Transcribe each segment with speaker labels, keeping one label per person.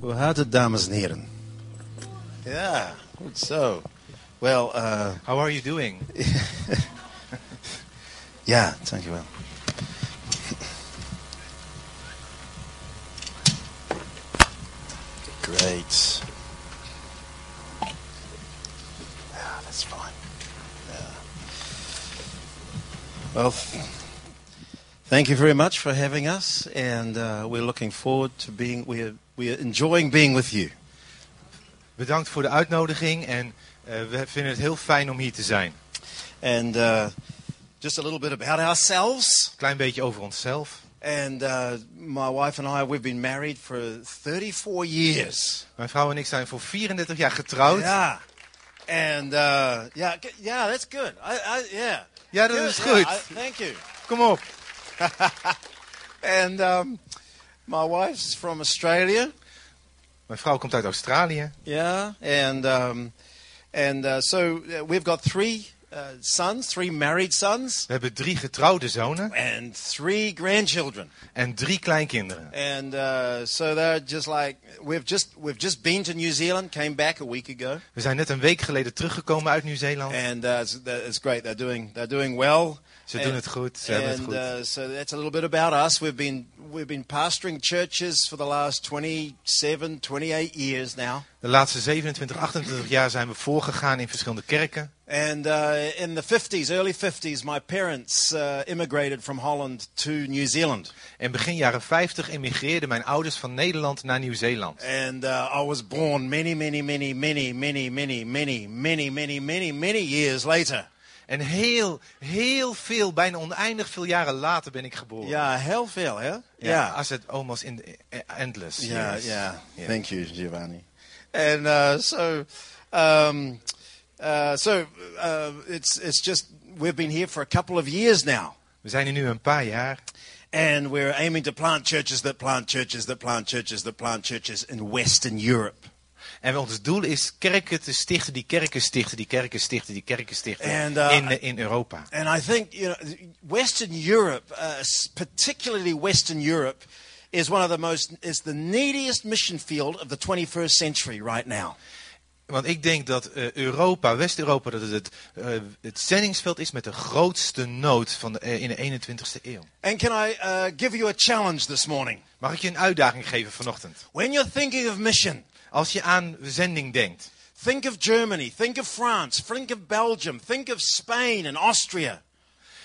Speaker 1: Hoe gaat het, dames en heren? Ja, goed zo. Wel, eh,
Speaker 2: How are you doing?
Speaker 1: ja, dankjewel. Great. Ja, that's fine. Yeah. Well, thank you very much for having us, and uh, we're looking forward to being, we're, we're enjoying being with you.
Speaker 2: Bedankt voor de uitnodiging en eh, we vinden het heel fijn om hier te zijn.
Speaker 1: And uh, just a little bit about ourselves.
Speaker 2: Klein beetje over onszelf.
Speaker 1: And uh, my wife and I, we've been married for 34 years.
Speaker 2: Mijn vrouw en ik zijn voor 34 jaar getrouwd.
Speaker 1: Yeah. And uh, yeah, g- yeah, that's good. I, I, yeah.
Speaker 2: Yeah, that
Speaker 1: Good,
Speaker 2: is good.
Speaker 1: I- thank you.
Speaker 2: Kom op.
Speaker 1: And um, my wife's from Australia.
Speaker 2: Mijn vrouw komt uit Australië.
Speaker 1: Yeah. And um, and uh, so uh, we've got three uh, sons, three married sons,
Speaker 2: We hebben drie getrouwde zonen
Speaker 1: and three grandchildren.
Speaker 2: en drie kleinkinderen.
Speaker 1: And uh, so they're just like we've just we've just been to New Zealand, came back a week ago.
Speaker 2: We zijn net een week geleden teruggekomen uit Nieuw-Zeeland.
Speaker 1: and uh, it's, that- it's great. They're doing they're doing well.
Speaker 2: Ze
Speaker 1: And-
Speaker 2: doen het goed, ze hebben het
Speaker 1: and,
Speaker 2: goed.
Speaker 1: uh, so that's a little bit about us. We've been we've been pastoring churches for the last 27, 28 years now.
Speaker 2: De laatste 27, 28 jaar zijn we voorgegaan in verschillende kerken.
Speaker 1: And uh, in the 50s, early 50s, my parents uh, immigrated from Holland to New Zealand.
Speaker 2: En begin jaren 50 emigreerden mijn ouders van Nederland naar Nieuw-Zeeland.
Speaker 1: And uh, I was born many, many, many, many, many, many, many, many, many, many, many years later.
Speaker 2: En heel, heel veel, bijna oneindig veel jaren later ben ik geboren.
Speaker 1: Yeah, heel veel, hè?
Speaker 2: Ja, als het almost in eh, endless.
Speaker 1: Yeah,
Speaker 2: years.
Speaker 1: yeah.
Speaker 2: Yeah.
Speaker 1: Thank you, Giovanni. And uh, so, um, uh, so uh, it's it's just we've been here for a couple of years now,
Speaker 2: We zijn hier nu een paar jaar
Speaker 1: and we're aiming to plant churches that plant churches that plant churches that plant churches in Western Europe.
Speaker 2: en ons doel is kerken te stichten, die kerken stichten, die kerken stichten, die kerken stichten
Speaker 1: And, uh,
Speaker 2: in, eh, in Europa.
Speaker 1: And I think you know, Western Europe, uh, s- particularly Western Europe, is one of the most is the neediest mission field of the 21st century right now.
Speaker 2: Want ik denk dat eh, Europa, West-Europa, dat het het, eh, het zendingsveld is met de grootste nood van de, eh, in de 21ste eeuw.
Speaker 1: And can I uh, give you a challenge this morning?
Speaker 2: Mag ik je een uitdaging geven vanochtend?
Speaker 1: When you're thinking of mission,
Speaker 2: Als je aan zending denkt,
Speaker 1: Think of Germany, think of France, think of Belgium, think of Spain and Austria.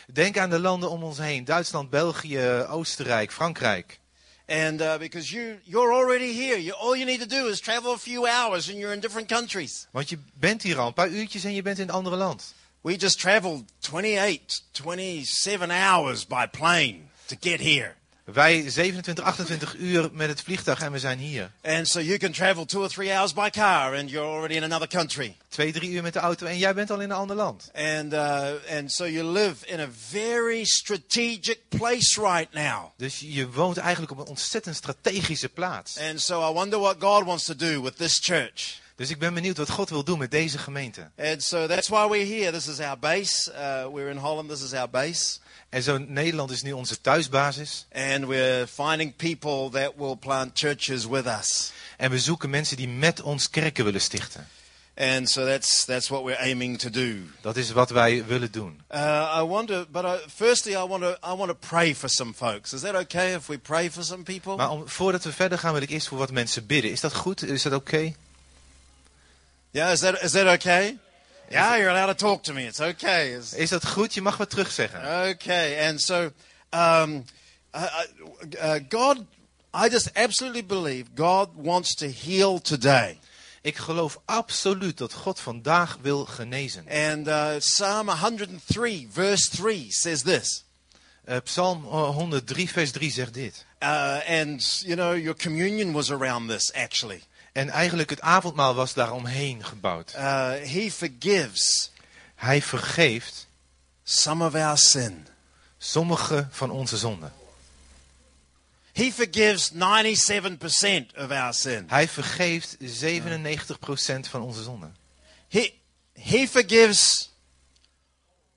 Speaker 2: denk aan de landen om ons heen. Duitsland, België, Oostenrijk, Frankrijk.
Speaker 1: And uh, because you, you're already here, you, all you need to do is travel a few hours and you're in different countries.
Speaker 2: Want je bent hier al een paar uurtjes en je bent in een ander land.
Speaker 1: We just traveled 28, 27 hours by plane to get here.
Speaker 2: Wij 27, 28 uur met het vliegtuig en we zijn hier.
Speaker 1: And so you can travel two or three hours by car and you're already in another country.
Speaker 2: Twee, drie uur met de auto en jij bent al in een ander land.
Speaker 1: And, uh, and so you live in a very strategic place right now.
Speaker 2: Dus je woont eigenlijk op een ontzettend strategische plaats.
Speaker 1: And so I wonder what God wants to do with this church.
Speaker 2: Dus ik ben benieuwd wat God wil doen met deze gemeente.
Speaker 1: And so that's why we're here. This is our base. Uh, we're in Holland. This is our base.
Speaker 2: En zo Nederland is nu onze thuisbasis.
Speaker 1: And we're finding people that will plant churches with us.
Speaker 2: En we zoeken mensen die met ons kerken willen stichten.
Speaker 1: And so that's, that's what we're aiming to do.
Speaker 2: Dat is wat wij willen doen.
Speaker 1: Uh, I wonder, but I, firstly, I want, to, I want to pray for some folks. Is that okay if we pray for some people?
Speaker 2: Maar om, voordat we verder gaan wil ik eerst voor wat mensen bidden. Is dat goed? Is dat oké?
Speaker 1: Yeah, is that, is that okay? Yeah, you're allowed to talk to me. It's okay. It's,
Speaker 2: Is dat goed? Je mag wat terugzeggen.
Speaker 1: Okay, and so um, I, I, uh, God, I just absolutely believe God wants to heal today.
Speaker 2: Ik geloof absoluut dat God vandaag wil genezen.
Speaker 1: And uh, Psalm 103, verse 3 says this.
Speaker 2: Eh, Psalm eh, 103, vers 3 zegt dit.
Speaker 1: Uh, and, you know, your communion was around this, actually.
Speaker 2: En eigenlijk het avondmaal was daaromheen gebouwd.
Speaker 1: Uh, he forgives
Speaker 2: Hij vergeeft
Speaker 1: some of our sin.
Speaker 2: sommige van onze zonden.
Speaker 1: He forgives 97% of our sin.
Speaker 2: Hij vergeeft 97% van onze zonden.
Speaker 1: He, he forgives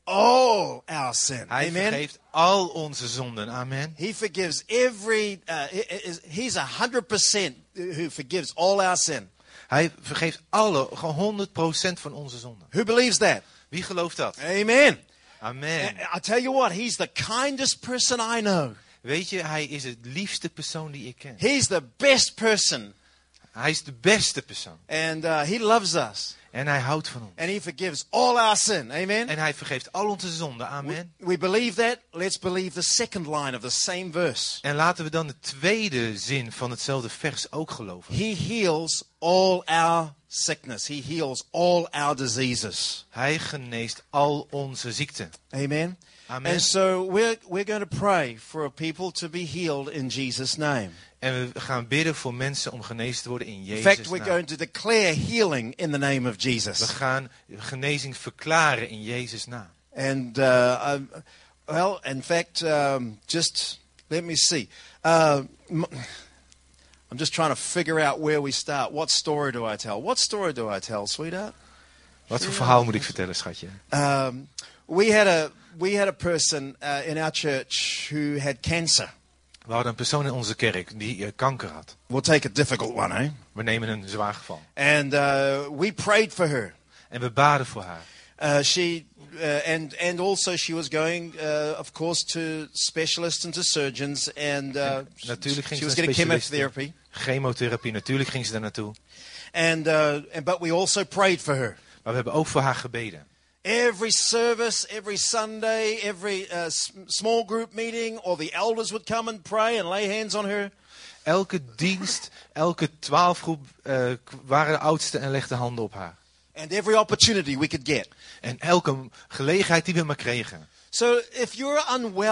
Speaker 1: all our sin.
Speaker 2: Hij
Speaker 1: Amen.
Speaker 2: vergeeft al onze zonden. Amen.
Speaker 1: He forgives every. Uh, he- he- he's a hundred percent who forgives all our sin.
Speaker 2: Hij vergeeft alle, gewoon 100% van onze zonden.
Speaker 1: Who believes that?
Speaker 2: Wie gelooft dat?
Speaker 1: Amen.
Speaker 2: Amen.
Speaker 1: I- I tell you what, he's the kindest person I know.
Speaker 2: Weet je, hij is het liefste persoon die ik ken.
Speaker 1: He's the best person,
Speaker 2: Hij is de beste persoon.
Speaker 1: and uh, he loves us,
Speaker 2: En hij houdt van ons.
Speaker 1: and he forgives all our sin. Amen.
Speaker 2: En hij vergeeft al onze zonden. Amen.
Speaker 1: We believe that. Let's believe the second line of the same verse.
Speaker 2: En laten we dan de tweede zin van hetzelfde vers ook geloven.
Speaker 1: He heals all our sickness. He heals all our diseases.
Speaker 2: Hij geneest al onze ziekten.
Speaker 1: Amen.
Speaker 2: Amen.
Speaker 1: And so we're, we're going to pray for people to be healed in Jesus' name.
Speaker 2: En we gaan bidden voor mensen om genezen te worden in
Speaker 1: In fact,
Speaker 2: Jezus
Speaker 1: we're
Speaker 2: naam.
Speaker 1: going to declare healing in the name of
Speaker 2: We
Speaker 1: Jesus.
Speaker 2: gaan genezing verklaren in Jezus naam.
Speaker 1: And, uh, um, well, in fact, um, just let me see. Uh, m- I'm just trying to figure out where we start. What story do I tell? What story do I tell, sweetheart?
Speaker 2: Wat voor verhaal moet ik vertellen, schatje?
Speaker 1: Um, we had a we had a person uh, in our church who had cancer.
Speaker 2: We hadden een persoon in onze kerk die eh, kanker had.
Speaker 1: We'll take a difficult one, eh?
Speaker 2: We nemen een zwaar geval.
Speaker 1: And uh, we prayed for her.
Speaker 2: En we baden voor haar.
Speaker 1: Uh, she uh, and and also she was going, uh, of course, to specialists and to surgeons, and uh,
Speaker 2: En natuurlijk ging
Speaker 1: she was
Speaker 2: ze naar
Speaker 1: getting
Speaker 2: specialisten.
Speaker 1: chemotherapy.
Speaker 2: Chemotherapie, natuurlijk ging ze daar naartoe.
Speaker 1: And, uh, and but we also prayed for her.
Speaker 2: Maar we hebben ook voor haar gebeden.
Speaker 1: Every service, every Sunday, every uh, s- small group meeting, or the elders would come and pray and lay hands on her.
Speaker 2: Elke dienst, elke twaalfgroep eh, k- waren de oudste en legden handen op haar.
Speaker 1: And every opportunity we could get.
Speaker 2: En elke gelegenheid die we maar kregen.
Speaker 1: So if you're unwell